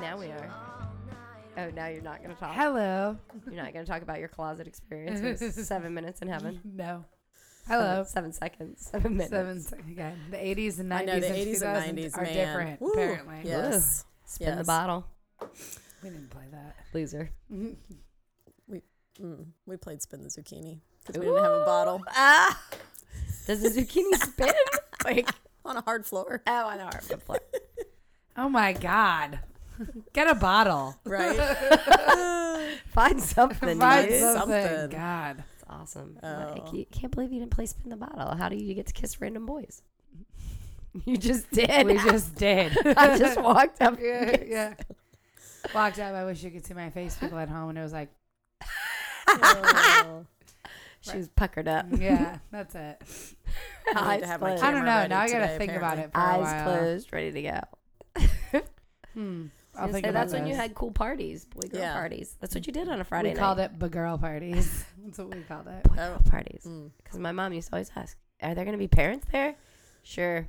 Now we are. Oh, now you're not going to talk. Hello. You're not going to talk about your closet experience. It was seven minutes in heaven. No. Hello. Hello. Seven seconds. Seven minutes. Seven. se- Okay. The 80s and 90s I know the and 2000s 80s and 90s are man. different, Woo. apparently. Yes. Spin the Yes. bottle. We didn't play that. Loser. Mm, we played spin the zucchini because we didn't have a bottle Ah! Does the zucchini spin? Like, on a hard floor, oh, on the hardwood floor. Oh my God. Get a bottle. right? Find something. Find dude. some- something. something. God. It's awesome. Like, you can't believe you didn't play spin the bottle. How do you get to kiss random boys? You just did. We just did. I just walked up. yeah, yeah. Walked up. I wish you could see my face, people at home, and it was like, Oh, She was puckered up. mm, yeah, that's it. I Eyes need to have my closed. I don't Camera know. ready Now I gotta today, think about apparently. it for a Eyes while. closed, ready to go. Hmm. I'll I'll think say about that's when you this. had cool parties, boy girl Yeah. parties. That's what you did on a Friday we night. called it Oh. "begirl parties." That's what we called it. boy girl parties. mm. Because my mom used to always ask, "Are there going to be parents there?" Sure,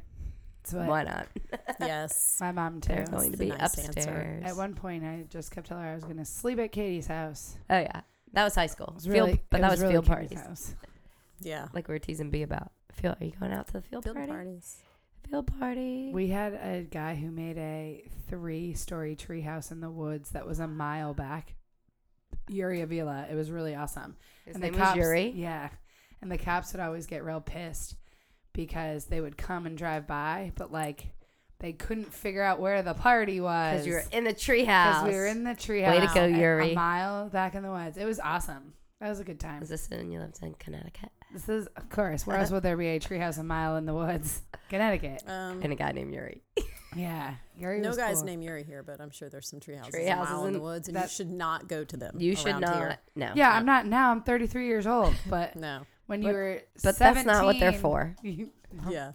That's what why not? yes. my mom too. They're going to the be nice answer. upstairs. At one point, I just kept telling her I was gonna sleep at Katie's house. Oh yeah, that was high school. It was Field- really, but it that was was field really Katie's parties. House. Yeah. Like we were teasing B about. Field, are you going out to the field, Field party? parties. Field party. We had a guy who made a three-story treehouse in the woods that was a mile back. Yuri Avila. It was really awesome. His and name the was cops, Yuri. Yeah. And the cops would always get real pissed because they would come and drive by, but like they couldn't figure out where the party was. Because you were in the 'Cause treehouse. we were in the treehouse. Way to go, a- Yuri. A mile back in the woods. It was awesome. That was a good time. Was this when you lived in Connecticut? This is, of course, where else would there be a treehouse a mile in the woods? Connecticut. Um, And a guy named Yuri. Yeah. Yuri no was guy's cool. name Yuri here, but I'm sure there's some tree houses, Tree a houses mile in the in- woods, and you that- should not go to them. You should around not. Here. No. Yeah, I'm not now. I'm 33 years old, but No. when you But- were But that's not what they're 17 for. Yeah.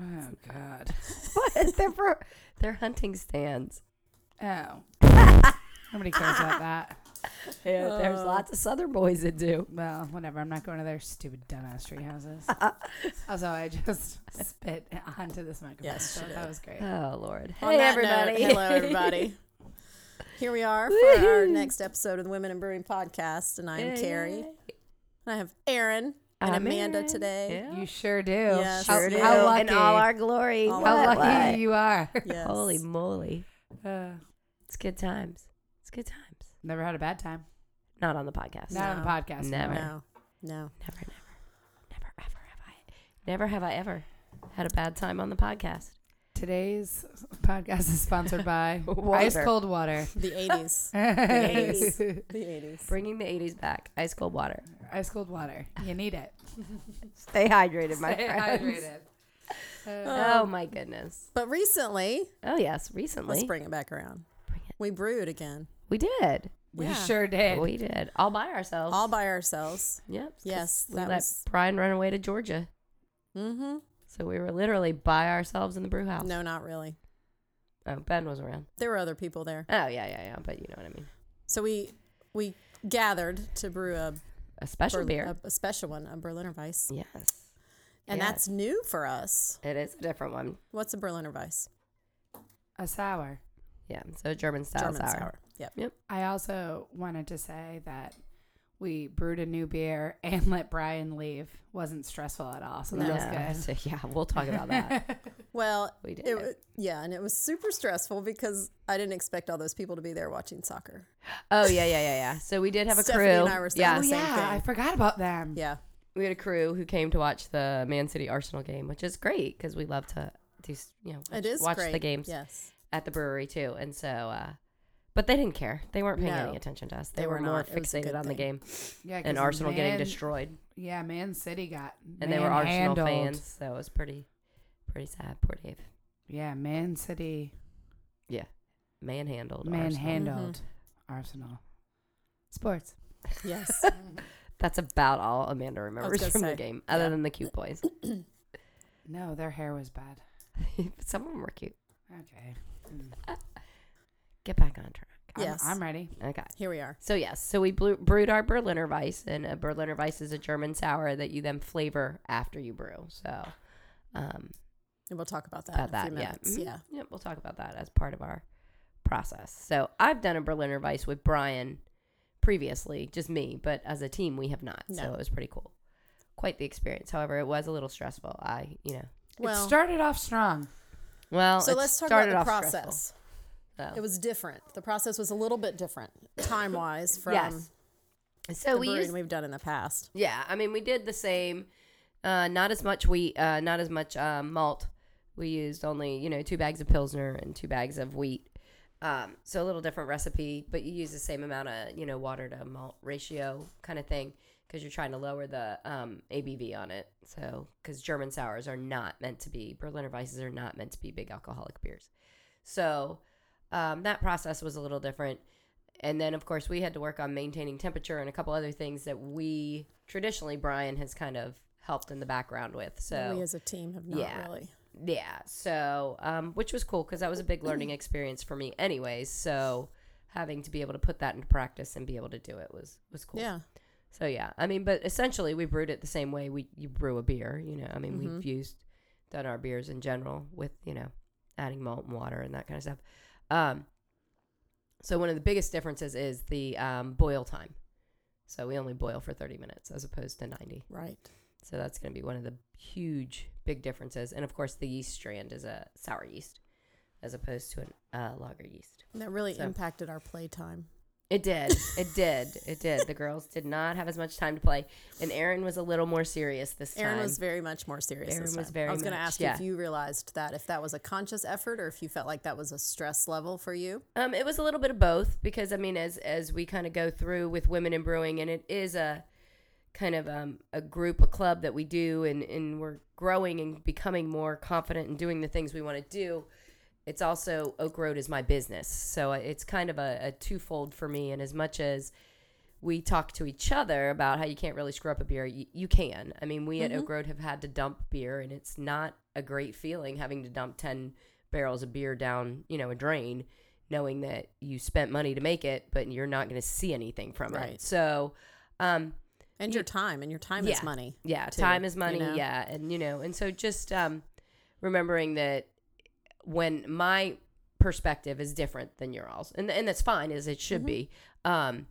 oh God. What? they're for. They're hunting stands. Oh. Nobody cares about that. Yeah, there's Oh. lots of Southern boys that do. Well, whatever. I'm not going to their stupid dumbass tree houses. Oh, also, I just spit onto this microphone. Yes, so she did. that was great. Oh Lord! On Hey that note, everybody! hello, everybody. Here we are for our Woohoo. next episode of the Women in Brewing podcast, and I'm Yeah, Carrie, yeah. and I have Aaron and I'm Amanda Erin. today. Yeah. You sure do. Yes, how, sure do. how lucky. In all our glory. All how our What? lucky What? you are. Yes. Holy moly! Uh, It's good times. It's good times. never had a bad time. Not on the podcast. Not on the No. podcast. Never. no, no. Never, never, never, ever have I, never have I ever had a bad time on the podcast. Today's podcast is sponsored by Water. ice cold water. The 80s. ice the 80s. Bringing the '80s back. Ice cold water. cold water. You need it. Stay hydrated, my Stay friends. hydrated. Uh, Oh my goodness. But recently, Oh yes, let's recently. bring it back around. Bring it. We brewed again, We did. we Yeah. sure did. We did. All by ourselves. all by ourselves. Yep. 'cause Yes, We that let was- Brian run away to Georgia. Mm-hmm. So we were literally by ourselves in the brew house. No, not really. Oh, Ben was around. There were other people there. Oh, yeah, yeah, yeah. But you know what I mean. So we we gathered to brew a, A special Ber- beer. a, a special one, a Berliner Weiss, yes. and Yes. that's new for us. It is a different one. What's a Berliner Weiss? A sour. Yeah. So German style German sour. sour. Yep. I also wanted to say that we brewed a new beer and let Brian leave wasn't stressful at all. So that No, was good. so, yeah, we'll talk about that. Well, We did. It, wa- yeah, and it was super stressful because I didn't expect all those people to be there watching soccer. oh, yeah, yeah, yeah, yeah. So we did have a Stephanie crew. and I were saying yeah. Oh the same yeah, I thing. forgot about them. Yeah, We had a crew who came to watch the Man City Arsenal game, which is great because we love to do, s- you know, watch, it is watch great. the games Yes, at the brewery too. And so, uh, but they didn't care. They weren't paying No. any attention to us. They, They were, were more not. It was a fixated good on the thing. game Yeah, 'cause and Arsenal getting Man- destroyed. Yeah, Man City got and they were Arsenal manhandled. fans, so it was pretty, pretty sad. Poor Dave, Yeah, Man City manhandled. Arsenal. manhandled Mm-hmm. Arsenal. Sports. yes. That's about all Amanda remembers gonna from the say, game, other yeah. than the cute boys. No, their hair was bad. Some of them were cute. Okay. Mm. Get back on track. I'm- Yes. I'm, ready. Okay. Here we are. So yes, so we blew, brewed our Berliner Weiss, and a Berliner Weiss is a German sour that you then flavor after you brew. So, um, And we'll talk about that about in that, a few yeah, minutes. Mhm. Yeah. Yep, we'll talk about that as part of our process. So I've done a Berliner Weiss with Brian previously, just me, but as a team we have not. So No. it was pretty cool. Quite the experience. However, it was a little stressful. I, you know, it Well, started off strong. well, so it let's talk about started the off stressful. process. So. It was different. The process was a little bit different time wise from yes. the So we brewing used we've done in the past. Yeah, I mean, we did the same. Uh, not as much wheat, uh, not as much uh, malt. We used only you know two bags of pilsner and two bags of wheat. Um, so a little different recipe, but you use the same amount of you know water to malt ratio kind of thing because you're trying to lower the um, ABV on it. So because German sours are not meant to be Berliner Weisses are not meant to be big alcoholic beers. So um, that process was a little different. And then, of course, we had to work on maintaining temperature and a couple other things that we traditionally Brian has kind of helped in the background with. So we as a team have not yeah. really. yeah, so um, which was cool because that was a big learning experience for me, anyways. So having to be able to put that into practice and be able to do it was was cool. Yeah. So yeah, I mean, but essentially we brewed it the same way we you brew a beer. You know, I mean, Mhm. we've used done our beers in general with you know adding malt and water and that kind of stuff. Um, so one of the biggest differences is the um, boil time. So we only boil for thirty minutes as opposed to ninety. Right. So that's going to be one of the huge big differences. And of course, the yeast strand is a sour yeast as opposed to a uh, lager yeast. And that really So- impacted our playtime. It did. It did. It did. The girls did not have as much time to play, and Erin was a little more serious this time. Aaron was very much more serious. Aaron this was time. very I was going to much- ask you yeah. if you realized that, if that was a conscious effort or if you felt like that was a stress level for you. Um, it was a little bit of both because I mean, as as we kind of go through with women in brewing, and it is a kind of um, a group, a club that we do, and and we're growing and becoming more confident in doing the things we want to do. It's also Oak Road is my business, so it's kind of a, a twofold for me. And as much as we talk to each other about how you can't really screw up a beer, you, you can. I mean, we at Oak Road have had to dump beer, and it's not a great feeling having to dump ten barrels of beer down, you know, a drain, knowing that you spent money to make it, but you're not going to see anything from Right. it. So, um, And your time, and your time is Yeah. money. yeah, too, time is you money. know? Yeah, and you know, and so just um, remembering that when my perspective is different than your all's, and and that's fine as it Mm-hmm. should be. Um,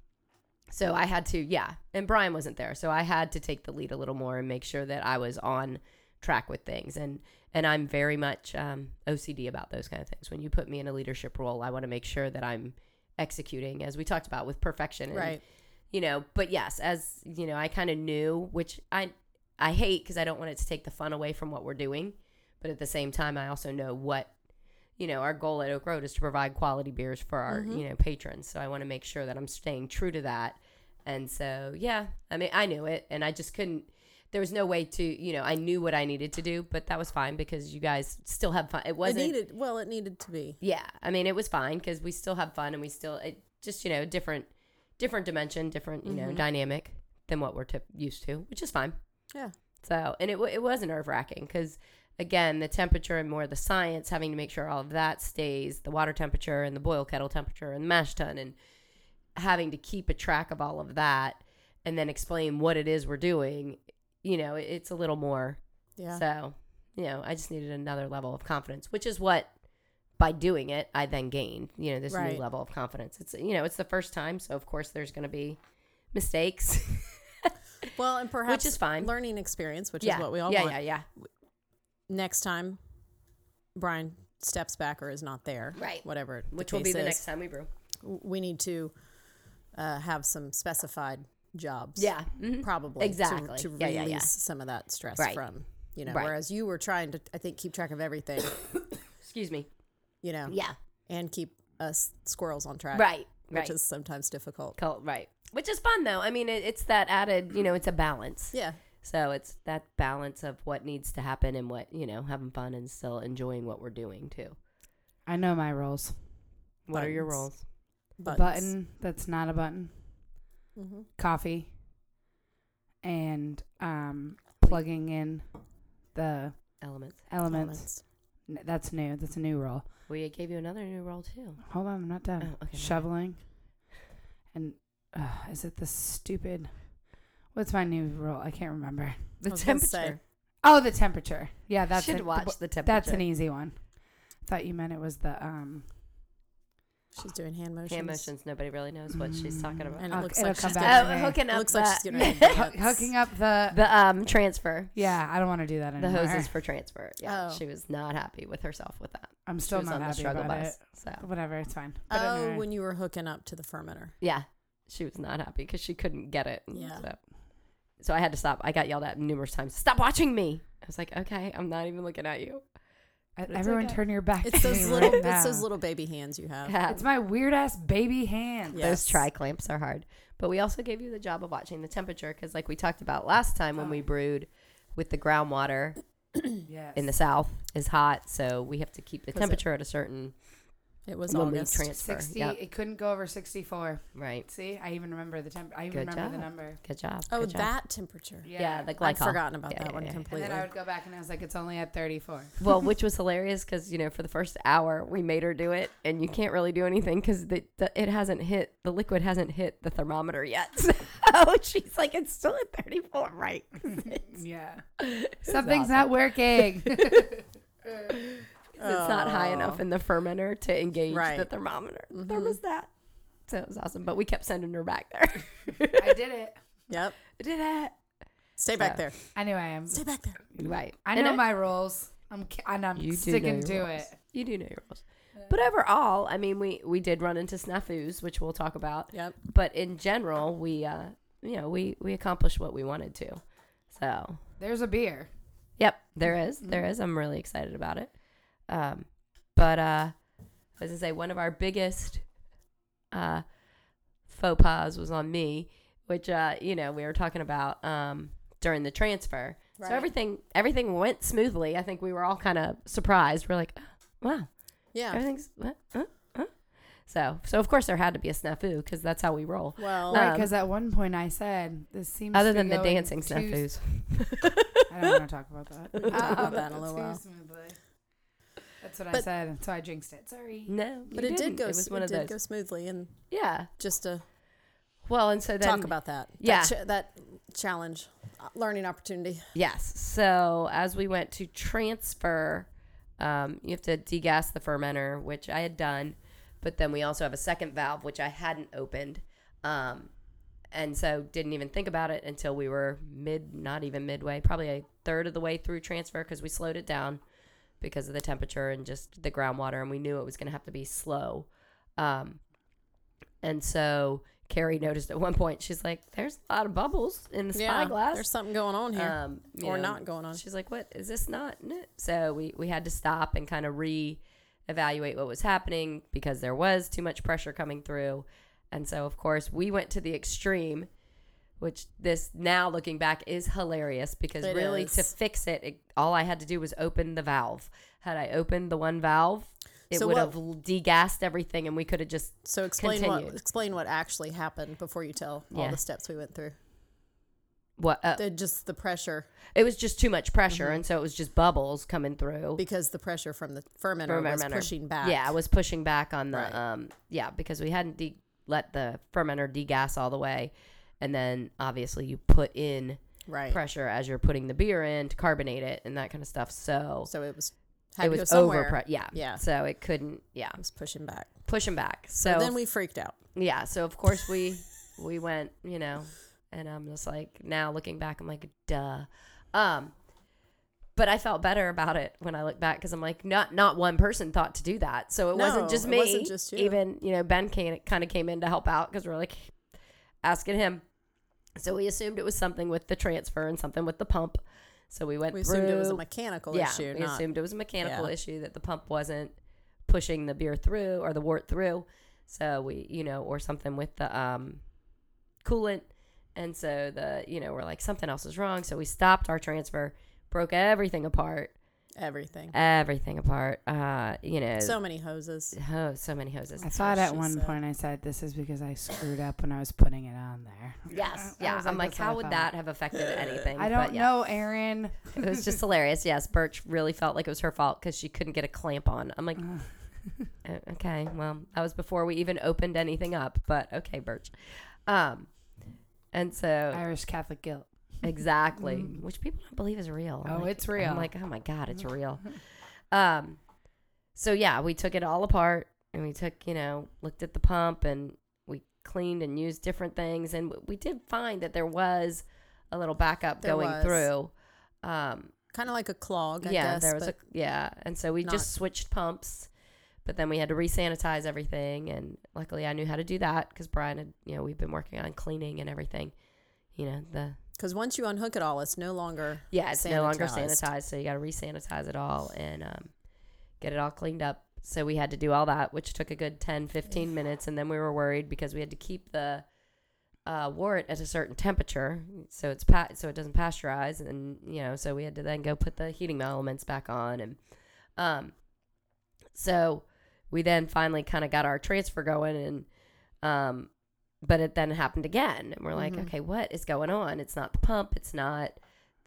so I had to, yeah, and Brian wasn't there, so I had to take the lead a little more and make sure that I was on track with things and and I'm very much um, OCD about those kind of things. When you put me in a leadership role, I want to make sure that I'm executing as we talked about with perfection and Right. you know but yes as you know i kind of knew which i i hate because i don't want it to take the fun away from what we're doing but at the same time i also know what you know our goal at oak road is to provide quality beers for our you know patrons so i want to make sure that i'm staying true to that and so yeah i mean i knew it and i just couldn't there was no way to you know i knew what i needed to do but that was fine because you guys still had fun it It wasn't needed, well, it needed to be. yeah i mean it was fine because we still have fun and we still it just you know different different dimension different you know dynamic than what we're tip used to which is fine Yeah. so and it, wa- it was nerve wracking because again the temperature and more the science having to make sure all of that stays the water temperature and the boil kettle temperature and the mash tun and having to keep a track of all of that and then explain what it is we're doing you know it- it's a little more Yeah. so, you know, I just needed another level of confidence, which is what by doing it I then gained, you know, this Right. new level of confidence. It's you know, it's the first time, so of course there's going to be mistakes, well, and perhaps which is fine. learning experience, which yeah. is what we all yeah, want. yeah, yeah. Next time, Brian steps back or is not there. Right. Whatever. Which will be case the is, next time we brew. We need to uh, have some specified jobs. Yeah. mhm. probably to- Exactly. to, Yeah, release yeah, yeah. some of that stress Right. from you know Right. whereas you were trying to i think keep track of everything Excuse me. you know Yeah. and keep us squirrels on track Right. which Right. is sometimes difficult Col- right. Which is fun though. I mean, it, it's that added, you know, it's a balance. yeah So it's that balance of what needs to happen and what, you know, having fun and still enjoying what we're doing too. I know my roles. What are your Buttons. roles? A buttons. button that's not a button. Mhm. Coffee. And um, plugging in the Elements. elements. Elements. N- That's new. That's a new role. We gave you another new role too. Hold on, I'm not done. Oh, okay. Shoveling. And uh, is it the stupid? What's my new role? I can't remember. The I was gonna say, temperature. Oh, the temperature. Yeah, that's should it. The watch bo- the temperature. That's an easy one. Thought you meant it was the um She's doing hand motions. Hand motions. Nobody really knows what she's talking about. And it I'll- looks Uh, it'll like come she's back. doing, Oh, today. hooking up looks the, like she's doing hand dance. hooking up the. the um transfer. Yeah, I don't want to do that The anymore. hoses for transfer. Yeah, Oh. she was not happy with herself with that. I'm She still was not on the happy struggle about bus. So it. Whatever, it's fine. e, Put it in Oh, her. when you were hooking up to the fermenter. yeah, she was not happy because she couldn't get it. and Yeah. So. so I had to stop. I got yelled at numerous times. Stop watching me. I was like, okay, I'm not even looking at you. I- it's everyone, okay. turn your back. It's to those me little. right now. It's those little baby hands you have. Yeah. It's my weird ass baby hand. Yeah. Those tri clamps are hard. But we also gave you the job of watching the temperature because, like we talked about last time when we Oh. brewed with the groundwater Yes. in the south is hot, so we have to keep the Was it- temperature at a certain It was when August. we transfer. 60. Yep. It couldn't go over 64. Right. See, I even remember the temp. I even Good remember the job. number. Good job. oh, Good job. that temperature. Yeah, the I'd glycol. forgotten about Yeah, that yeah, one yeah. And completely. then I would go back and I was like, it's only at 34. well, which was hilarious because you know for the first hour we made her do it, and you can't really do anything because the, the, it hasn't hit the liquid hasn't hit the thermometer yet. So she's like, it's still at thirty four, right? it's Yeah. Something's awesome. not working. not high enough in the fermenter to engage the Right. thermometer thermostat. So it was awesome, but we kept sending her back there. I did it. Yep. Did it Stay So- back there. Anyway, I'm, Stay back there. right? I And know my rules. I'm, ca- and I'm You do sticking know to your it. rules. You do know your rules. But overall, I mean, we we did run into snafus, which we'll talk about. Yep. But in general, we uh, you know, we we accomplished what we wanted to. So, There's a beer. yep, there Mm-hmm. is, there is. I'm really excited about it. Um, but uh, I was gonna say one of our biggest uh faux pas was on me, which uh, you know, we were talking about um during the transfer. So Right. everything everything went smoothly. I think we were all kind of surprised. We're like, oh, wow, Yeah. Everything's what? Huh? Huh? so so. Of course, there had to be a snafu because that's how we roll. Well, Uh, Right, because at one point I said, this seems Other to than be the going dancing too- snafus, I don't want to talk about that. can talk about that in a Too little while. smoothly. That's what I But- said, so I jinxed it. Sorry. no, but you it did didn't. go. It was one it of did those. go smoothly, and yeah. just to Well, and so then talk about that. That yeah. cha- that challenge, uh, learning opportunity. Yes. So as we went to transfer, um, you have to degas the fermenter, which I had done, but then we also have a second valve which I hadn't opened, um, and so didn't even think about it until we were mid, not even midway, probably a third of the way through transfer because we slowed it down because of the temperature and just the groundwater, and we knew it was going to have to be slow. Um, and so Carrie noticed at one point, she's like, "There's a lot of bubbles in the spyglass." There's something going on here, um, you or know, not going on. She's like, "What is this not?" n-" So we we had to stop and kind of re evaluate what was happening because there was too much pressure coming through. And so of course, we went to the extreme, which this now looking back is hilarious because It really to is. fix it, it, all I had to do was open the valve. Had I opened the one valve, it So would what- have l- degassed everything and we could have just So explain what continued. explain what actually happened before you tell all Yeah. the steps we went through. what uh, The, Mm-hmm. just the pressure it was just too much pressure and so it was just bubbles coming through. because the pressure from the fermenter, was Fermenter. pushing back. Yeah, I was pushing back on the Right. um yeah, because we hadn't de- let the fermenter degas all the way and then obviously you put in right. pressure as you're putting the beer in to carbonate it and that kind of stuff. So, So it was had it to go was over somewhere. pre- yeah. Yeah. So it couldn't yeah, It was pushing back. pushing back. So, So then we freaked out. yeah, so of course we we went, you know, and I'm just like now looking back I'm like duh. Um but I felt better about it when I look back because I'm like, not not one person thought to do that, so it No, wasn't just it me. wasn't just you. Even you know Ben came, kind of came in to help out because we're like asking him. So we assumed it was something with the transfer and something with the pump. So we went We through. assumed it was a mechanical yeah, issue, we not assumed it was a mechanical yeah. issue that the pump wasn't pushing the beer through or the wort through. So we, you know, or something with the um, coolant. And so the, you know, we're like something else is wrong. So we stopped our transfer, broke everything apart everything. everything apart. Uh, you know, so, So many hoses. oh, so many hoses. I thought what at she one uh, said. point I said, this is because I screwed up when I was putting it on there. Yes, I yeah. was I'm like, like, that's what I how would thought. that have affected anything? I don't But yeah, know, Aaron. It was just hilarious. Yes, Birch really felt like it was her fault because she couldn't get a clamp on. I'm like, "Uh, okay, well, that was before we even opened anything up. But okay, Birch. Um, and so Irish Catholic guilt. exactly, which people don't believe is real. I'm Mm. Oh, like, it's real. I'm like, oh my god, it's real. Um, so yeah, we took it all apart. and we took, you know, looked at the pump and we cleaned and used different things. And w- we did find that there was a little backup There going was. through. Um, Kind of like a clog, I yeah, guess. there was a but yeah, and so we not- just switched pumps, but then we had to resanitize everything, and luckily I knew how to do that because Brian had you know we've been working on cleaning and everything, you know the because once you unhook it all, it's no longer yeah it's no longer Sanitized. sanitized, so you got to resanitize it all and um, get it all cleaned up. So we had to do all that, which took a good 10, 15 minutes, and then we were worried because we had to keep the uh, wort at a certain temperature, so it's pa- so it doesn't pasteurize, and you know, so we had to then go put the heating elements back on, and um, so we then finally kind of got our transfer going, and um, but it then happened again, and we're like, Mhm. okay, what is going on? It's not the pump, it's not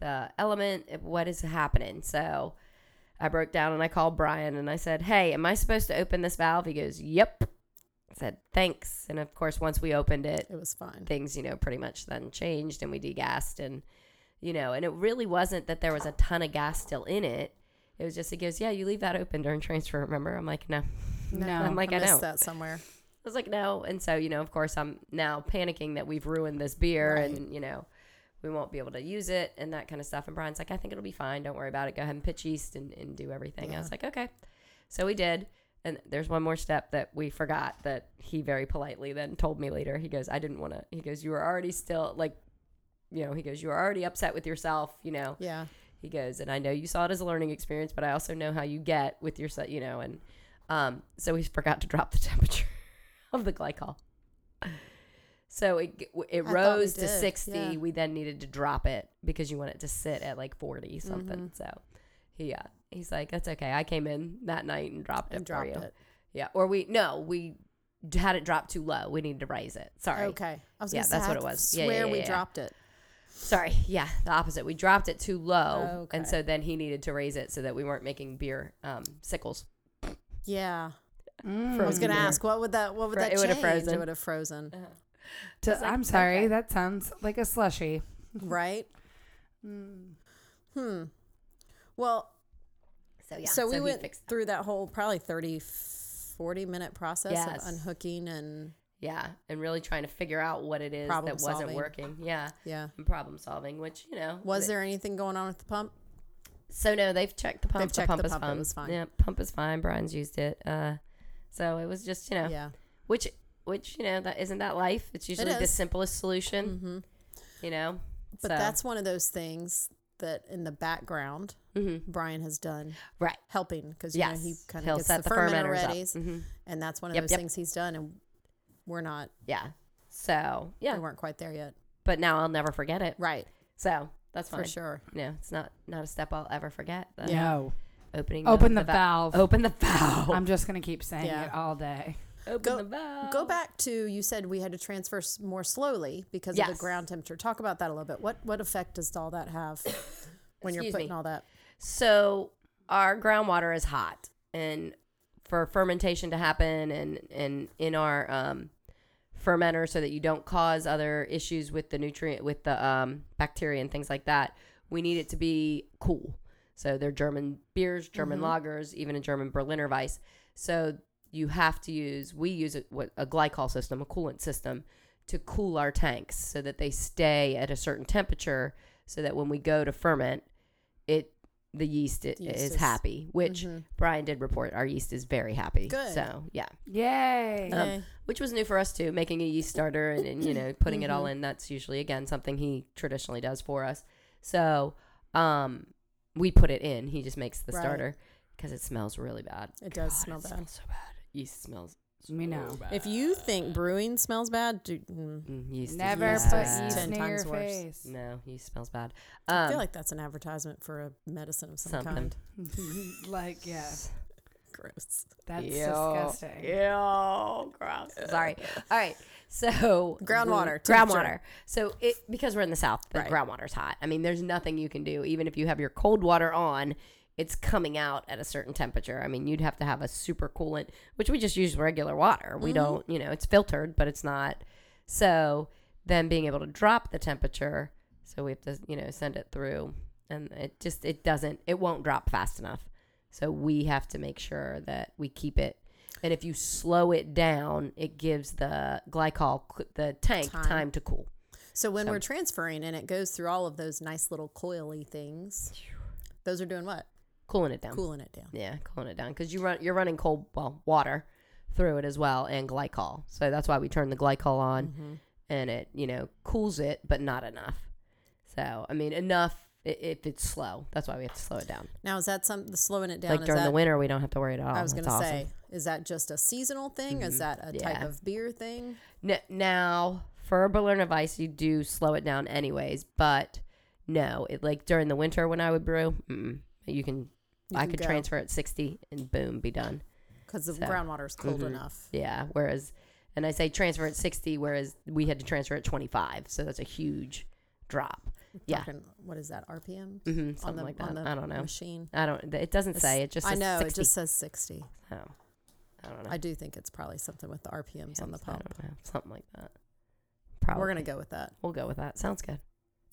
the element, what is happening? So I broke down and I called Brian and I said, Hey, am I supposed to open this valve? He goes, Yep. I said, Thanks. And of course, once we opened it, It was fine. things, you know, pretty much then changed and we degassed and, you know, and it really wasn't that there was a ton of gas still in it. It was just, he goes, Yeah, you leave that open during transfer, remember? I'm like, No. No. I'm like, I, I missed know. that somewhere. I was like, no. And so, you know, of course, I'm now panicking that we've ruined this beer Right. and, you know, we won't be able to use it and that kind of stuff. And Brian's like, I think it'll be fine. Don't worry about it. Go ahead and pitch yeast and, and do everything. I was like, okay. So we did. And there's one more step that we forgot that he very politely then told me later. He goes, I didn't want to. He goes, you were already still like, you know, he goes, you were already upset with yourself, you know. Yeah. He goes, and I know you saw it as a learning experience, but I also know how you get with your, se- you know, and um, so he forgot to drop the temperature of the glycol. So it g- w- it I thought we rose to did, sixty. yeah. We then needed to drop it because you want it to sit at like forty Mm-hmm. something. So he uh, he's like, that's okay. I came in that night and dropped it And for dropped you. it. Yeah, or we no, we d- had it drop too low. We needed to raise it. Sorry. Okay. I was Yeah, gonna say, that's what I it was. Yeah, Swear yeah, yeah, we yeah. dropped it. Sorry, yeah, the opposite. We dropped it too low, Oh, Okay. and so then he needed to raise it so that we weren't making beer um, sickles. Yeah. Mm. I was Frozen gonna beer. ask what would that what would Fro- that it would've change? frozen. It would have frozen, To- It's like, I'm sorry, okay. that sounds like a slushy. right? Mm. Hmm. Well, So yeah, so we he went fixed that. through that whole probably 30 40 minute process Yes. of unhooking and yeah, and really trying to figure out what it is Problem that wasn't solving. working. Yeah, yeah. and problem solving, which you know Was th- there anything going on with the pump? So no, they've checked the pump. They've checked the pump the is pump. It fine. was fine. Yeah, pump is fine. Brian's used it. Uh, so it was just you know, Yeah. which which you know that isn't that life. It's usually the is. simplest solution. hmm You know, But Mm-hmm. So- that's one of those things that in the background hmm Brian has done right? helping because you Yes, know he kind He'll of gets set the, fermenter fermenters ready, up. hmm and that's one of Yep, those yep. things he's done, and we're not Yeah. So yeah, we weren't quite there yet, but now I'll never forget it. right? So that's fine. For sure. No, it's not not a step I'll ever forget. The No. Opening. Open the Oh. va- valve. Open the Oh. valve. I'm just gonna keep saying Yeah. it all day. open Go- the valve. Go back to you said we had to transfer s- more slowly because of Yes. the ground temperature. Talk about that a little bit. What what effect does all that have when you're Excuse putting me. all that? So our groundwater is hot, and for fermentation to happen, and and in our um, fermenter, so that you don't cause other issues with the nutrient, with the um, bacteria and things like that, we need it to be cool. So they're German beers, German lagers, even a German Berliner Weiss. So you have to use. We use a, what, a glycol system, a coolant system, to cool our tanks so that they stay at a certain temperature, so that when we go to ferment, it the yeast, i- Yeast is, is- happy. Which Mhm. Brian did report, our yeast is very happy. Good. So yeah, Yay. Um, Yay. which was new for us too, making a yeast starter and, and you know putting it all Mm-hmm. in. That's usually again something he traditionally does for us. So um, we put it in. He just makes the Right. starter because it smells really bad. It does God, smell it bad. Smells so bad. Yeast smells. We know. so bad. If you think brewing smells bad, do, mm, Mm, yeast is Never yeast yeast put is is yeast bad. ten near your times worse. face. No, yeast smells bad. I feel Um, like that's an advertisement for a medicine of some Something. kind. like yeah, Gross. that's Ew. disgusting. Ew, gross. Sorry. All right. So Groundwater, the- groundwater. So it because we're in the south, the Right. groundwater's hot. I mean, there's nothing you can do. Even if you have your cold water on, it's coming out at a certain temperature. I mean, you'd have to have a super coolant, which we just use regular water. We don't, you know, it's filtered, but it's not. So then being able to drop the temperature, so we have to, you know, send it through, and it just it doesn't, it won't drop fast enough. So we have to make sure that we keep it And if you slow it down, it gives the glycol, c- the tank, Time. time, to cool. So when we're transferring and it goes through all of those nice little coily things, those are doing what? Cooling it down. Cooling it down. Yeah, cooling it down because you run you're running cold well water through it as well and glycol. So that's why we turn the glycol on, Mm-hmm. and it you know cools it, but not enough. So I mean enough i- if it's slow. That's why we have to slow it down. Now is that some the slowing it down? like is during that, the winter, we don't have to worry at all. I was That's gonna awesome. Mm-hmm. say, is that just a seasonal thing? Is that a type Yeah. of beer thing? N- now for Berliner Weiss, you do slow it down anyways, but no, it like during the winter when I would brew, mm, you can. You I can could go. transfer at 60 and boom, be done. Because the So, groundwater is cold mhm. enough. Yeah. Whereas, and I say transfer at 60, whereas we had to transfer at 25. So that's a huge drop. Yeah. Fucking- What is that RPM? hmm something like that. Mm-hmm, on the I don't know. Machine. I don't, th- it doesn't say. It just I says know 60. it just says sixty. Oh, I don't know. I do think it's probably something with the RPMs on the I pump. don't know. Something like that. Probably. We're gonna go with that. We'll go with that. Sounds good.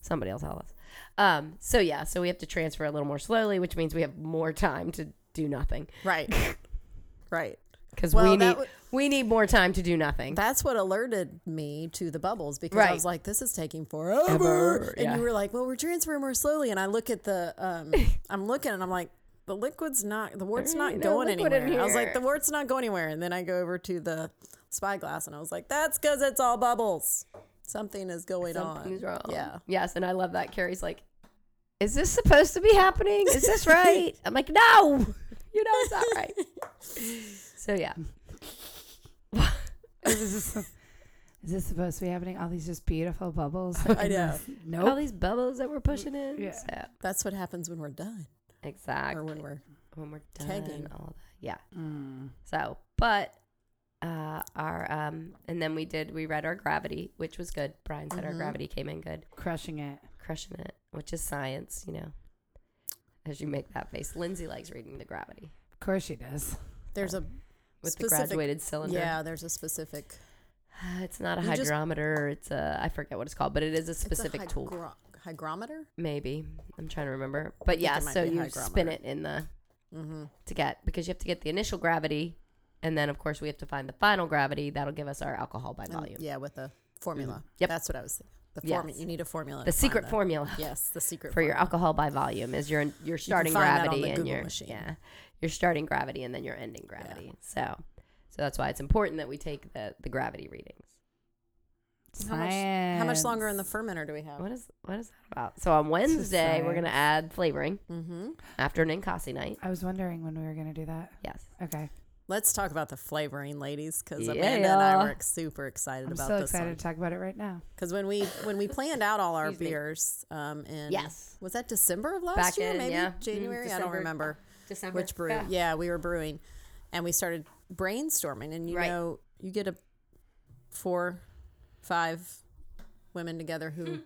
Somebody else tell us. Um, so yeah, so we have to transfer a little more slowly, which means we have more time to do nothing Right. right. because Well, we that need w- we need more time to do nothing. That's what alerted me to the bubbles because I Right. was like, this is taking forever. Ever, And yeah. you were like, well, we're transferring more slowly. And I look at the, um, I'm looking and I'm like, the liquid's not, the wart's not ain't no going liquid in anywhere. I was like, here. the wart's not going anywhere. And then I go over to the spyglass and I was like, that's because it's all bubbles. Something is going Something's on. wrong. Yeah. Yes, and I love that. Carrie's like, "Is this supposed to be happening? Is this right?" I'm like, "No, you know it's not right." so yeah, is, this, is this supposed to be happening? All these just beautiful bubbles. I know. all Nope. these bubbles that we're pushing in. Yeah. So, That's what happens when we're done exactly. or when we're when we're done Tagging. all of that. Yeah. Mm. So, but uh our um and then we did we read our gravity, which was good. Brian said our Mhm. gravity came in good. Crushing it. Crushing it, which is science, you know. As you make that face. Lindsay likes reading the gravity Of course she does. there's a, with Specific- the graduated cylinder. Uh, yeah, there's a specific, It's not a You just- hydrometer, it's a I forget what it's called, but it is a it's a specific tool. hygro- hygrometer. Maybe. I'm trying to remember. But think yeah, it might so be a you spin hygrometer. it in the Mm-hmm. to get because you have to get the initial gravity and then of course we have to find the final gravity that'll give us our alcohol by And- volume. Mm-hmm. Yeah, with a formula. Yep. That's what I was thinking. The formula. Yes. You need a formula. The to find secret that. formula. Yes, the secret for your formula. alcohol by volume is your your starting find that on gravity the and Google your machine. yeah your starting gravity and then your ending gravity. So so that's why it's important that we take the the gravity readings. How much- Science. How much longer in the fermenter do we have? What is what is that about? So on Wednesday we're gonna science. add flavoring Mm-hmm. after an incasi night. I was wondering when we were going to do that. Yes, Okay. Let's talk about the flavoring, ladies, because Yeah. Amanda and I were ex- super excited I'm about so this excited one. to talk about it right now. Because when we when we planned out all our Excuse me. beers, um, in Yes. was that December of last Back year? in, Maybe yeah. Mm, January. I don't December. remember December which brew. Yeah. we were brewing, and we started brainstorming. And you Right. know, you get a four, five women together who. Hmm.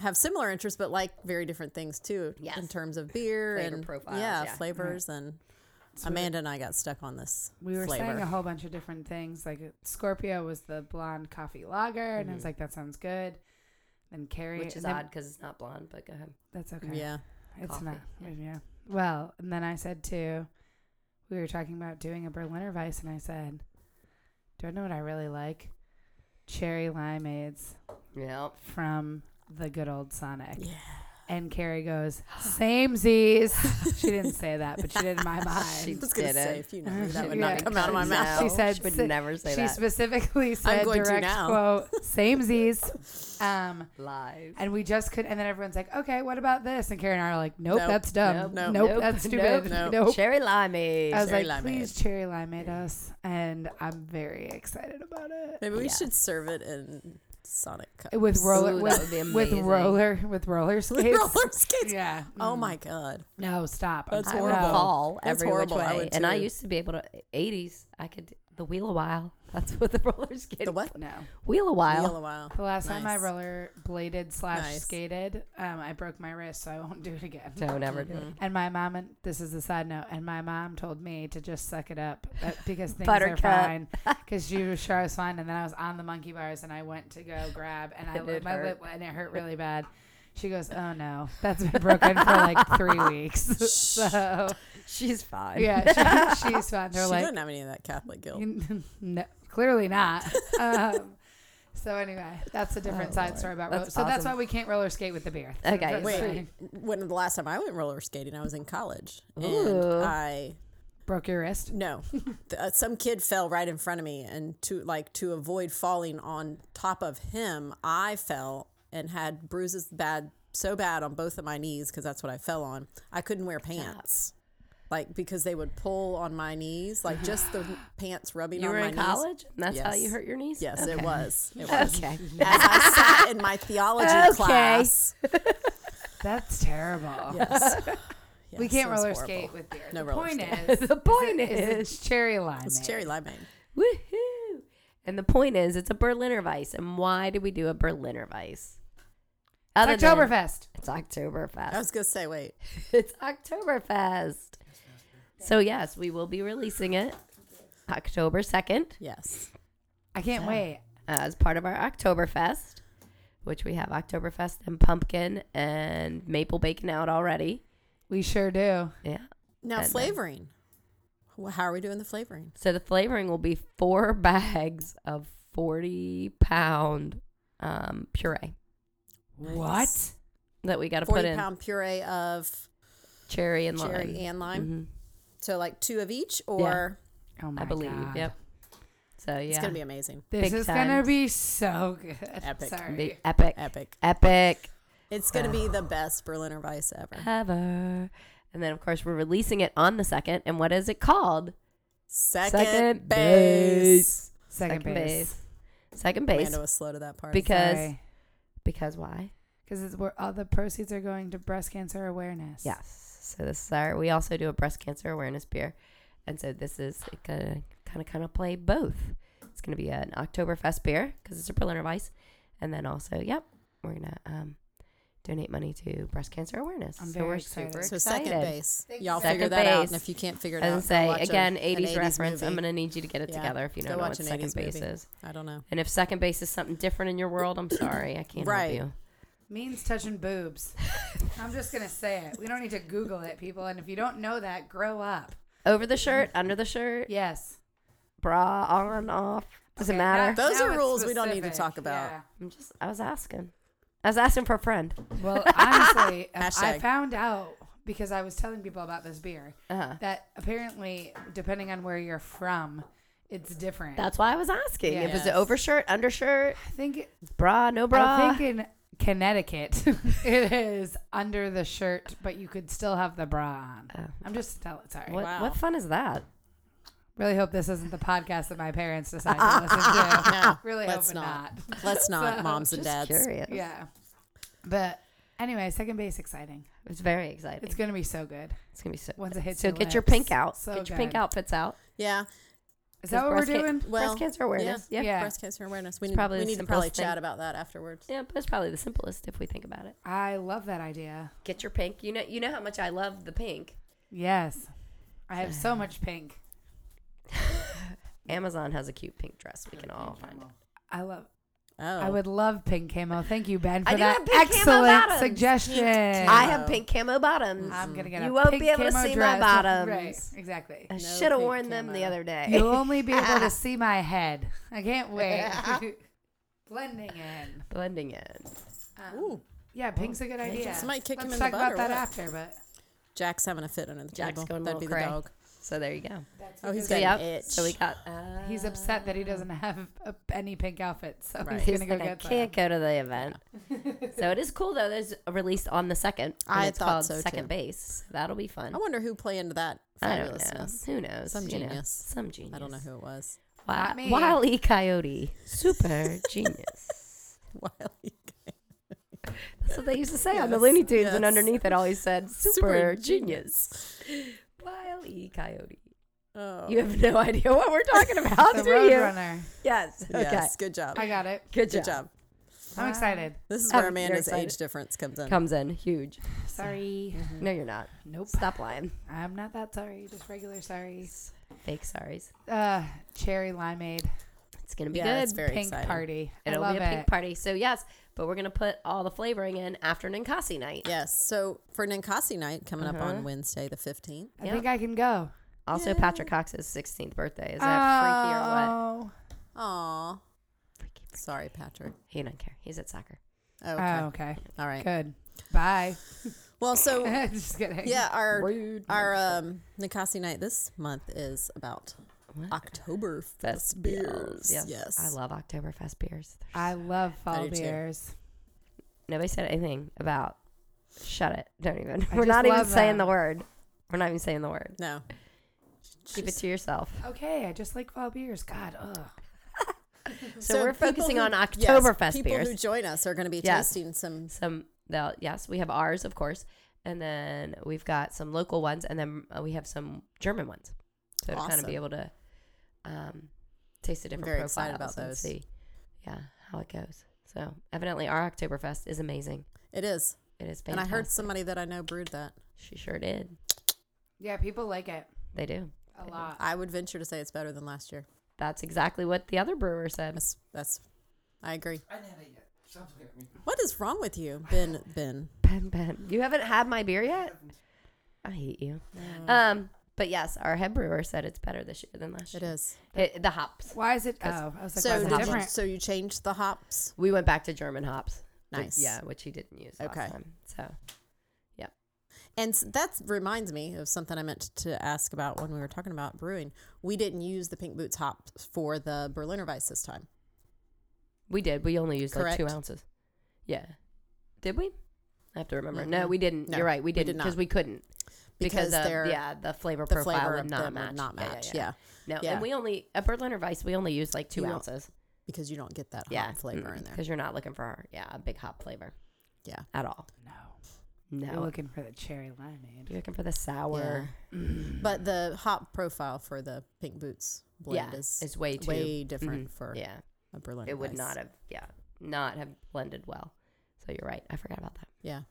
Have similar interests, but like very different things too, Yes. in terms of beer Flavor and profiles, yeah, yeah. flavors. Hmm. And It's what Amanda and I got stuck on this we were flavor. saying a whole bunch of different things. Like uh, Scorpio was the blonde coffee lager, and I was like, that sounds good. Then Carrie, which is and then- odd because it's not blonde. But go ahead. That's okay. Yeah, it's coffee, not. yeah. Yeah. Well, and then I said too, we were talking about doing a Berliner Weiss, and I said, do I know what I really like? Cherry limeades Yeah, from the good old Sonic. yeah. And Carrie goes, same Z's. she didn't say that, but she did in my mind. She I was gonna did say it. if you know me, that She would did not it. come out of my mouth. She said she would si- never say she that specifically said going to direct now. quote same Z's. Um, lies. and we just could, and then everyone's like, okay, what about this? And Karen and I are like, nope, Nope. that's dumb. Nope. Nope, Nope. Nope. that's Nope. stupid. Nope. Nope. Cherry limeade. I was Cherry like, limeade. please cherry limeade us, and I'm very excited about it. Maybe we uh, Yeah. should serve it in Sonic cups. With roller, Ooh, that with, would be with amazing. roller, with roller skates. roller skates. Yeah. Oh Hmm. Mm. my god, No, stop. I'm That's I sorry. would horrible. No. fall That's every horrible. which I way. would and I too. used to be able to eighties. I could the wheel a while. That's what the roller skate. the what? No. Wheel a while. Yellow wow. The last time I Nice. roller bladed slash Nice. skated, um, I broke my wrist, so I won't do it again. Don't ever do Mm-hmm. it. And my mom, and this is a side note, and my mom told me to just suck it up uh, because things are Buttercup. fine. Because she was sure I was fine, and then I was on the monkey bars, and I went to go grab, and I And lit it my hurt. lip, and it hurt really bad. She goes, "Oh no, that's been broken for like three weeks." so She's fine. Yeah, she, she's fun. They're she like, didn't have any of that Catholic guilt. no, clearly not. um, so anyway, that's a different Oh, side Lord. story about That's roller. So that's awesome. why we can't roller skate with the beer. That's what I'm Okay, trying Wait, to sweet. say. when the last time I went roller skating, I was in college, Ooh. and I broke your wrist. no, Th- uh, some kid fell right in front of me, and to like to avoid falling on top of him, I fell and had bruises bad so bad on both of my knees because that's what I fell on. I couldn't wear pants. Like because they would pull on my knees, like just the pants rubbing You on were my in knees. college? And that's how you Yes. hurt your knees? Yes, it was. It was. Okay. As I sat in my theology Okay. class. That's terrible. Yes. we Yes, can't it was roller horrible. skate with beer. No the roller point skate. is, the point is, is it's cherry lime. It's cherry limeade. woohoo. And the point is, it's a Berliner Weiss. And why did we do a Berliner Weiss? Other It's than- Oktoberfest. It's Oktoberfest. I was gonna say, wait, It's Oktoberfest. So yes, we will be releasing it October 2nd yes, I can't Yeah. wait. as part of our Oktoberfest, which we have Oktoberfest and pumpkin and maple bacon out already. We sure do. Yeah. now And then- flavoring. Wh- How are we doing the flavoring? So the flavoring will be four bags of 40 pound um, puree What? that we got to put Forty in pound puree of cherry and lime. cherry and lime. Mhm. So like two of each, or Oh my I believe. God. Yep. So yeah. it's gonna be amazing, This Big is gonna time. be so good. Epic. Gonna Sorry. be epic. epic. Epic. It's gonna be the best Berliner Weiss ever. Ever. And then, of course, we're releasing it on the second. And what is it called? Second, Second base. Second, base. Second base. Amanda was slow to that part. Because- Sorry. Because why? Because it's where all the proceeds are going to breast cancer awareness. Yes. So this is our. We also do a breast cancer awareness beer, and so this is gonna kind of kind of play both. It's gonna be an Oktoberfest beer because it's a Berliner Weiss, and then also, yep, we're gonna um, donate money to breast cancer awareness. I'm so very we're excited. super so excited. second base. Y'all Second figure that out, base. and if you can't figure it out, And go say watch a- again, an 80s, reference. I'm movie. gonna need you to get it Yeah. together if you Go don't know what watch an second 80s base movie. is. I don't know. And if second base is something different in your world, I'm sorry, I can't Right. help you. Means touching boobs. I'm just gonna say it. We don't need to Google it, people. And if you don't know that, grow up. Over the shirt, under the shirt, Yes. bra on, off. Doesn't Okay, matter. now- Those now are it's rules we don't need to talk about. Yeah. I'm just. I was asking. I was asking for a friend. Well, honestly, um, I Hashtag. found out because I was telling people about this beer Uh-huh. that apparently, depending on where you're from, it's different. That's why I was asking. It was Yes. an overshirt, undershirt, I think bra, no bra. I think in Connecticut it is under the shirt, but you could still have the bra on. Oh. I'm just telling. Sorry. what, Wow. what fun is that? Really hope this isn't the podcast that my parents decide to listen to. No, Really let's hope not. not. Let's not, So, moms and dads. Curious. Yeah. But anyway, second base exciting. It's very exciting. It's It's, gonna be so good. gonna be so. Once it hits so your get your lips. pink out. So get your pink good. outfits out. Yeah. Is Because that what we're breast can- doing? Well, Breast cancer awareness. Yeah. Yeah. Yeah. breast cancer awareness. We It's need, probably we the need to simplest probably thing. chat about that afterwards. but it's probably the simplest if we think about it. I love that idea. Get your pink. You know, you know how much I love the pink. Yes. I have so much pink. Amazon has a cute pink dress. We can all find it. I love. Oh, I would love pink camo. Thank you, Ben, I for do that have pink camo excellent bottoms. suggestion. I Oh. have pink camo bottoms. I'm gonna get. You a won't pink be able to camo see my dress. bottoms. Right, exactly. I No should have pink worn them the camo. other day. You'll only be Ah. able to see my head. I can't wait. Blending in. Blending in. Um, Ooh, Yeah, pink's a good idea. Somebody kick Let's him in the talk butt about or that what? after, but Jack's having a fit under the Jack's table. going a little That'd be cray. the dog. So there you go. that's Oh, because he's So got yeah. an itch. Ah, So we got. he's uh, upset that he doesn't have uh any pink outfits, so Right. He's he's gonna go like, I get can't them. go to the event. so it is cool though. It's released on the second. and I it's thought called so, Second too. Base. So that'll be fun. I wonder who play into that I don't know. fabulousness. Who knows? Some You know, genius. some genius. I don't know who it was. Wi- Not me. Wile E. Coyote. Super genius. Wiley. That's what they used to say on the Yes, Looney Tunes, and yes. underneath it always said super, Super genius. Wile E. Coyote. Oh. You have no idea what we're talking about, The do you? Roadrunner. Yes. Okay. Yes. Good job. I got it. Good, job. Good job. I'm Wow. excited. This is Um, where you're Amanda's excited. age difference comes in. Comes in huge. Sorry. Mm-hmm. No, you're not. Mm-hmm. Nope. Stop lying. I'm not that sorry. Just regular sorry. Fake sorries. Uh, cherry limeade. It's It's gonna be Yeah, good. it's very pink exciting. party. I It'll love be a pink it. party. So yes, but we're gonna put all the flavoring in after Ninkasi night. Yes. So for Ninkasi night coming up Uh-huh. on Wednesday the 15th. I Yeah. think I can go. Also, Patrick Cox's 16th birthday. Is that Oh. freaky or what? Aw. Freaky. Sorry, Patrick. He don't care. He's at soccer. Okay. Oh, okay. All right. Good. Bye. Well, so Just kidding. yeah, our Rude. our um Ninkasi night this month is about What? Oktoberfest Fest beers. Yes. Yes. I love Oktoberfest beers. They're I love fall do too. beers. Nobody said anything about shut it. Don't even. I We're just not even love saying that. the word. We're not even saying the word. No. Keep it to yourself. Okay, I just like fall beers. God, ugh. So, we're people focusing who- on yes, Oktoberfest people beers. who join us are going to be Yes. tasting some. some the yes, we have ours of course, and then we've got some local ones, and then uh, we have some German ones. So to kind of Awesome. be able to um, taste the different very profiles excited about and those. see, yeah, how it goes. So evidently, our Oktoberfest is amazing. It is, It is fantastic. and I heard somebody that I know brewed that. she sure did. Yeah, people like it They do. a lot. I would venture to say it's better than last year. That's exactly what the other brewer said. That's that's. I agree. I haven't had it yet. What is wrong with you, Ben? Ben, Ben, Ben, you haven't had my beer yet. I hate you. Mm. Um, but yes, our head brewer said it's better this year than last it year. is. It- the hops. Why is it? Oh, I was like, why so is it did you, different? so you changed the hops. We went back to German hops. which- Nice. yeah, which he didn't use last Okay. time. So And s- that reminds me of something I meant to ask about when we were talking about brewing. We didn't use the Pink Boots hops for the Berliner Weiss this time. we did. We only used like two Correct. ounces. Yeah. Did we? I have to remember. Mhm. No, we didn't. No, You're right. We we did didn't because not. we couldn't. Because, uh, they're yeah, the flavor the profile flavor would of not them match. would not Yeah, yeah, match. yeah. yeah. No, Yeah. and we only at Berliner Weiss we only used like two You don't- ounces. because you don't get that yeah, Mm-hmm. hot flavor in there. because you're not looking for yeah a big hop flavor. Yeah. at all. No, No, you're looking for the cherry limeade. Mm. you're looking for the sour. But the hop profile for the Pink Boots Yeah, blend is it's way too way different Mhm. for yeah. a Berliner. It would Weiss. not have yeah not have blended well. So you're right. I forgot about that. Yeah.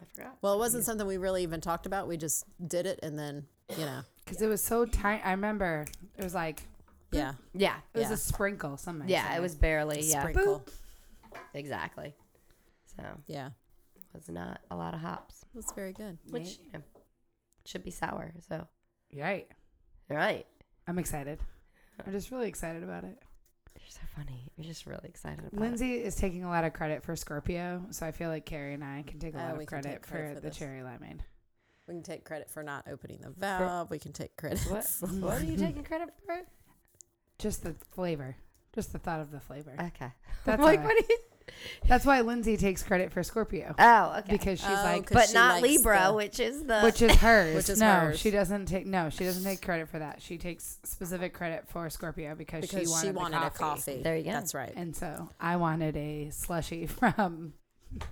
I forgot. Well, it wasn't something we really even talked about. We just did it, and then you know, Because it was so tiny. I remember it was like yeah, Yeah. it was Yeah. a sprinkle. Something. Yeah, it was barely. Yeah, sprinkle. exactly. So Yeah, was not a lot of hops, that's very good. which you know, should be sour. So Right. all right, I'm excited. I'm just really excited about it. you're so funny. You're just really excited about it. Lindsay is taking a lot of credit for Scorpio, so I feel like Carrie and I can take a Oh, lot we of can credit, take credit for, for the this. cherry limeade. We can take credit for not opening the valve. We can take credit. What? for- what are you taking credit for? Just the flavor. Just the thought of the flavor. Okay, That's like why- what? Are you? That's why Lindsay takes credit for Scorpio Oh, okay. because she's Oh, like, 'cause but she not likes Libra, the- which is the which is hers. Which is no, hers. she doesn't take no, she doesn't take credit for that. She takes specific credit for Scorpio because, because she wanted, she the wanted coffee. a coffee. There you go. That's right. and so I wanted a slushy from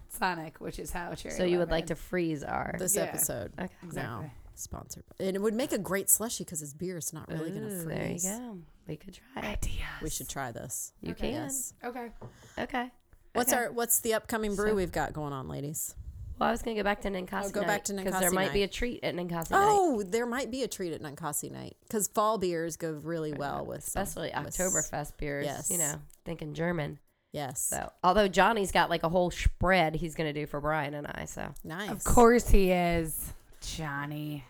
Sonic, which is how cherry. so you would like limeade- to freeze our This Yeah. episode okay. exactly. now sponsored, and it would make a great slushy because it's beer. It's not really going to Ooh, There you freeze. go. We could try it. Ideas. We should try this. You Okay. can. Yes. Okay. Okay. What's Okay. our What's the upcoming brew So- we've got going on, ladies? Well, I was gonna go back to Ninkasi. Oh, go back to because there Ninkasi might be a night. treat at Ninkasi. night. Oh, there might be a treat at Nankasi night because fall beers go really well with some- especially with- Oktoberfest beers. Yes. You know, thinking German. Yes, So, although Johnny's got like a whole spread he's going to do for Brian and I, so nice. Of course he is, Johnny.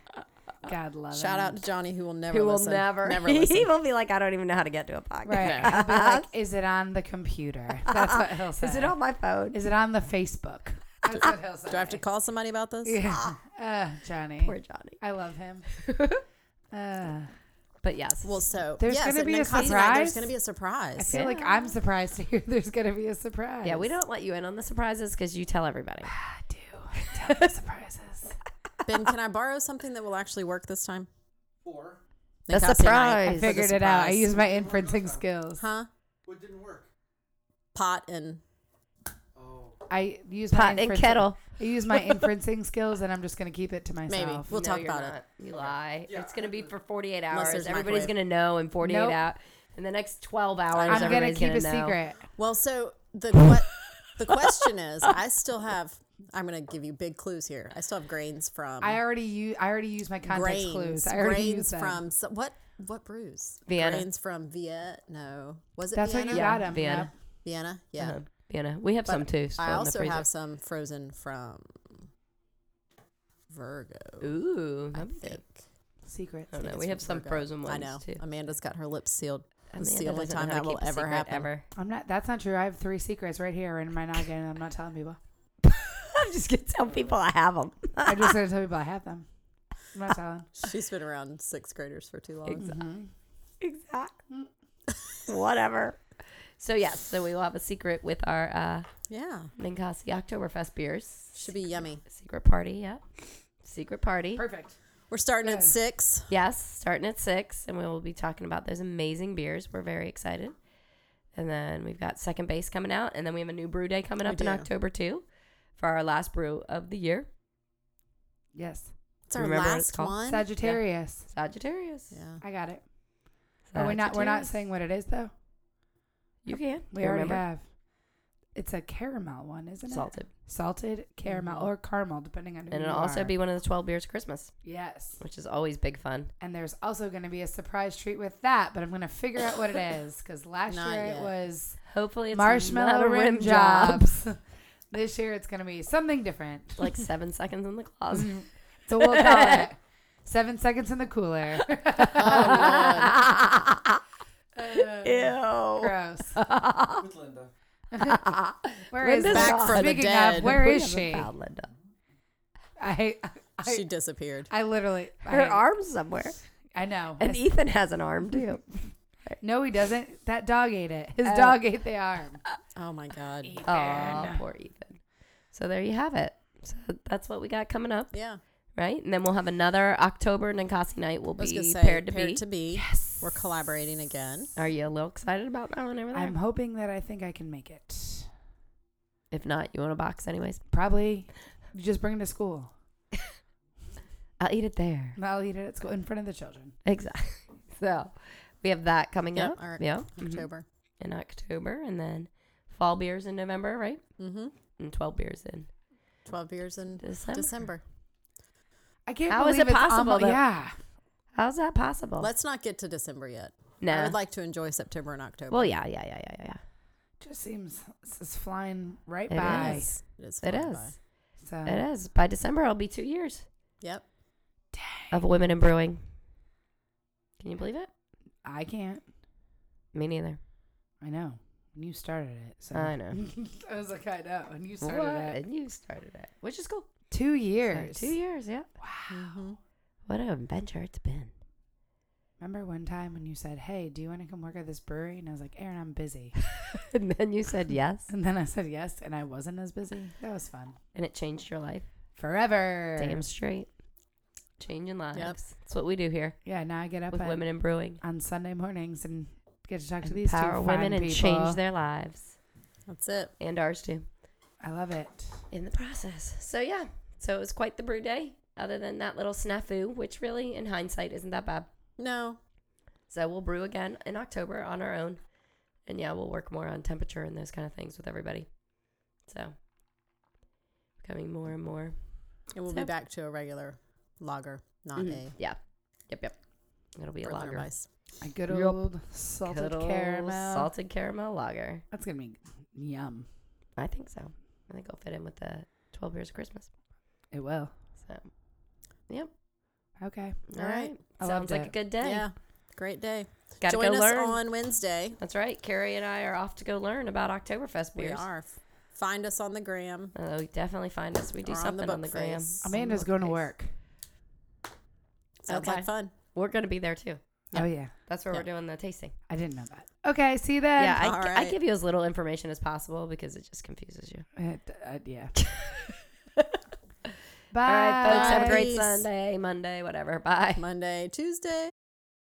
God love Shout him. out to Johnny who will never who will listen. never, never he listen. will be like, I don't even know how to get to a podcast. Right. I'll be like, is it on the computer? That's what he'll say. Is it on my phone? Is it on the Facebook? That's what he'll say. Do I have to call somebody about this? Yeah. Uh, Johnny. Poor Johnny. I love him. uh, But yes, Well, so There's yes, gonna at be a Nankasi night, surprise? There's going to be a I surprise. feel like I'm surprised to hear there's going to be a surprise. yeah, we don't let you in on the surprises because you tell everybody. I do. Tell me surprises. ben, can I borrow something that will actually work this time? Or The Nankasi surprise. night I for the figured it out. I surprise. used my inferencing skills. huh? what didn't work? Pot and Oh, I use Pot my and inferencing- kettle. I use my inferencing skills, and I'm just going to keep it to myself. maybe we'll No, talk you're about not. it. You lie. Yeah. It's going to be for 48 Unless hours. there's Everybody's microwave. going to know in 48 Nope. hours. In the next 12 hours, I'm going to everybody's keep gonna a know. secret. Well, so the que- the question is, I still have I'm gonna give you big clues here. I still have grains from I already use. I already used my context grains, clues. I already grains used them. from so- what? What brews? Vienna. Grains from Viet? No, was it That's what Vienna? you Yeah, got them. Vienna. Vienna, yeah. Uh-huh. Vienna. We have But some too. still in I the also freezer. have some frozen from Virgo. Ooh, I that'd be think. good. Secret. I don't know. It's We have from some Virgo. frozen ones I know. too. Amanda's got her lips sealed. It's the Amanda only doesn't know time how that to will keep a ever secret happen. Ever. I'm not. That's not true. I have three secrets right here in my noggin. and I'm not telling people. I'm just gonna tell people I have them. I'm just gonna tell people I have them. I'm not telling. She's been around sixth graders for too long. Mhm. Exactly. Whatever. Mm-hmm. So yes, so we will have a secret with our uh, Yeah, Ninkasi Oktoberfest beers. should be yummy. Secret party, yeah. Secret party. Perfect. We're starting Good. at six. Yes, starting at six, and we will be talking about those amazing beers. We're very excited. And then we've got second base coming out, and then we have a new brew day coming We up in do. October too, for our last brew of the year, Yes. It's our Remember what it's last called? one. Sagittarius. Sagittarius. yeah. I got it. Are we not? We're not saying what it is though. you can. We You already remember? have. It's a caramel one, isn't it? salted, Salted caramel Mhm. or caramel, depending on. Who and you it'll also are. be one of the twelve beers of Christmas, Yes. which is always big fun. And there's also going to be a surprise treat with that, but I'm going to figure out what it is because last Not year yet. it was Hopefully, it's marshmallow not a rim, rim job. jobs. this year it's going to be something different. like seven seconds in the closet. So we'll call it seven seconds in the cooler. Oh, Oh, Ew. Gross. with Linda. Where Linda's is Linda? back from the Speaking dead. of, where We is haven't she? found Linda. I, I, She disappeared. I literally, Her I, arm's somewhere, I know. and Ethan has an arm too. no, he doesn't. That dog ate it. His Oh. dog ate the arm. Oh my god. Oh, poor Ethan. So there you have it. So that's what we got coming up, Yeah. right? And then we'll have another October Ninkasi night. We'll I was be gonna say paired to be. to be. Yes. We're collaborating again. Are you a little excited about that one over there? I'm hoping that I think I can make it. if not, you want a box anyways. Probably you just bring it to school. I'll eat it there. And I'll eat it at school in front of the children. Exactly. So we have that coming Yep, up. our yeah. mhm, October. In October. And then fall beers in November, right? Mm-hmm. And 12 beers in Twelve beers in December. December. I can't How is believe it it's possible almo- that- yeah. How's that possible? Let's not get to December yet. I no. would like to enjoy September and October. well, yeah, yeah, yeah, yeah, yeah, Just seems this is flying right It by. It is. It is. yeah. It flying is. by. So It is. By December, it'll be two years Yep. of Women in Brewing. Can you believe it? I can't. Me neither. I know. And you started it. So I know. I was like, I know. And you started What? it. And you started it, which is cool. Two So, years. two years, yeah. Mhm. What an adventure it's been. Remember one time when you said, Hey, do you want to come work at this brewery? And I was like, Aaron, I'm busy. and then you said yes, And then I said yes, and I wasn't as busy. That was fun. and it changed your life. Forever. Damn straight. Changing lives. That's what we do here Yeah, now I get up with at- women in brewing. on Sunday mornings and get to talk to these Empower two women fine and people. change their lives That's it. and ours too I love it. in the process. So, yeah. So it was quite the brew day, other than that little snafu, which really, in hindsight, isn't that bad. No. So we'll brew again in October on our own. And yeah, we'll work more on temperature and those kind of things with everybody. So becoming more and more. And we'll So- be back to a regular lager, not Mhm. Yeah. Yep, yep. It'll be a a Berliner lager. Weiss. A good Yup. old salted Good ol' caramel. Salted caramel lager. That's gonna be yum. I think so. I think it'll fit in with the 12 years of Christmas. It will. So, Okay. all All right. right. I Sounds loved like a it. good day. Yeah. Great day. Gotta Join go us learn. on Wednesday. That's right. Carrie and I are off to go learn about Oktoberfest We beers. are. Find us on the gram. Oh, definitely find us. We do or something on the Bookface. gram. Amanda's going to Okay. work. Sounds Okay. like fun. We're going to be there too. Oh yeah. That's where Yeah. we're doing the tasting. I didn't know that. Okay. See you then. yeah, I, All I right. give you as little information as possible because it just confuses you. It- uh, yeah. All Bye. right, folks, have a great Peace. Sunday, Monday, whatever. Bye. Monday, Tuesday.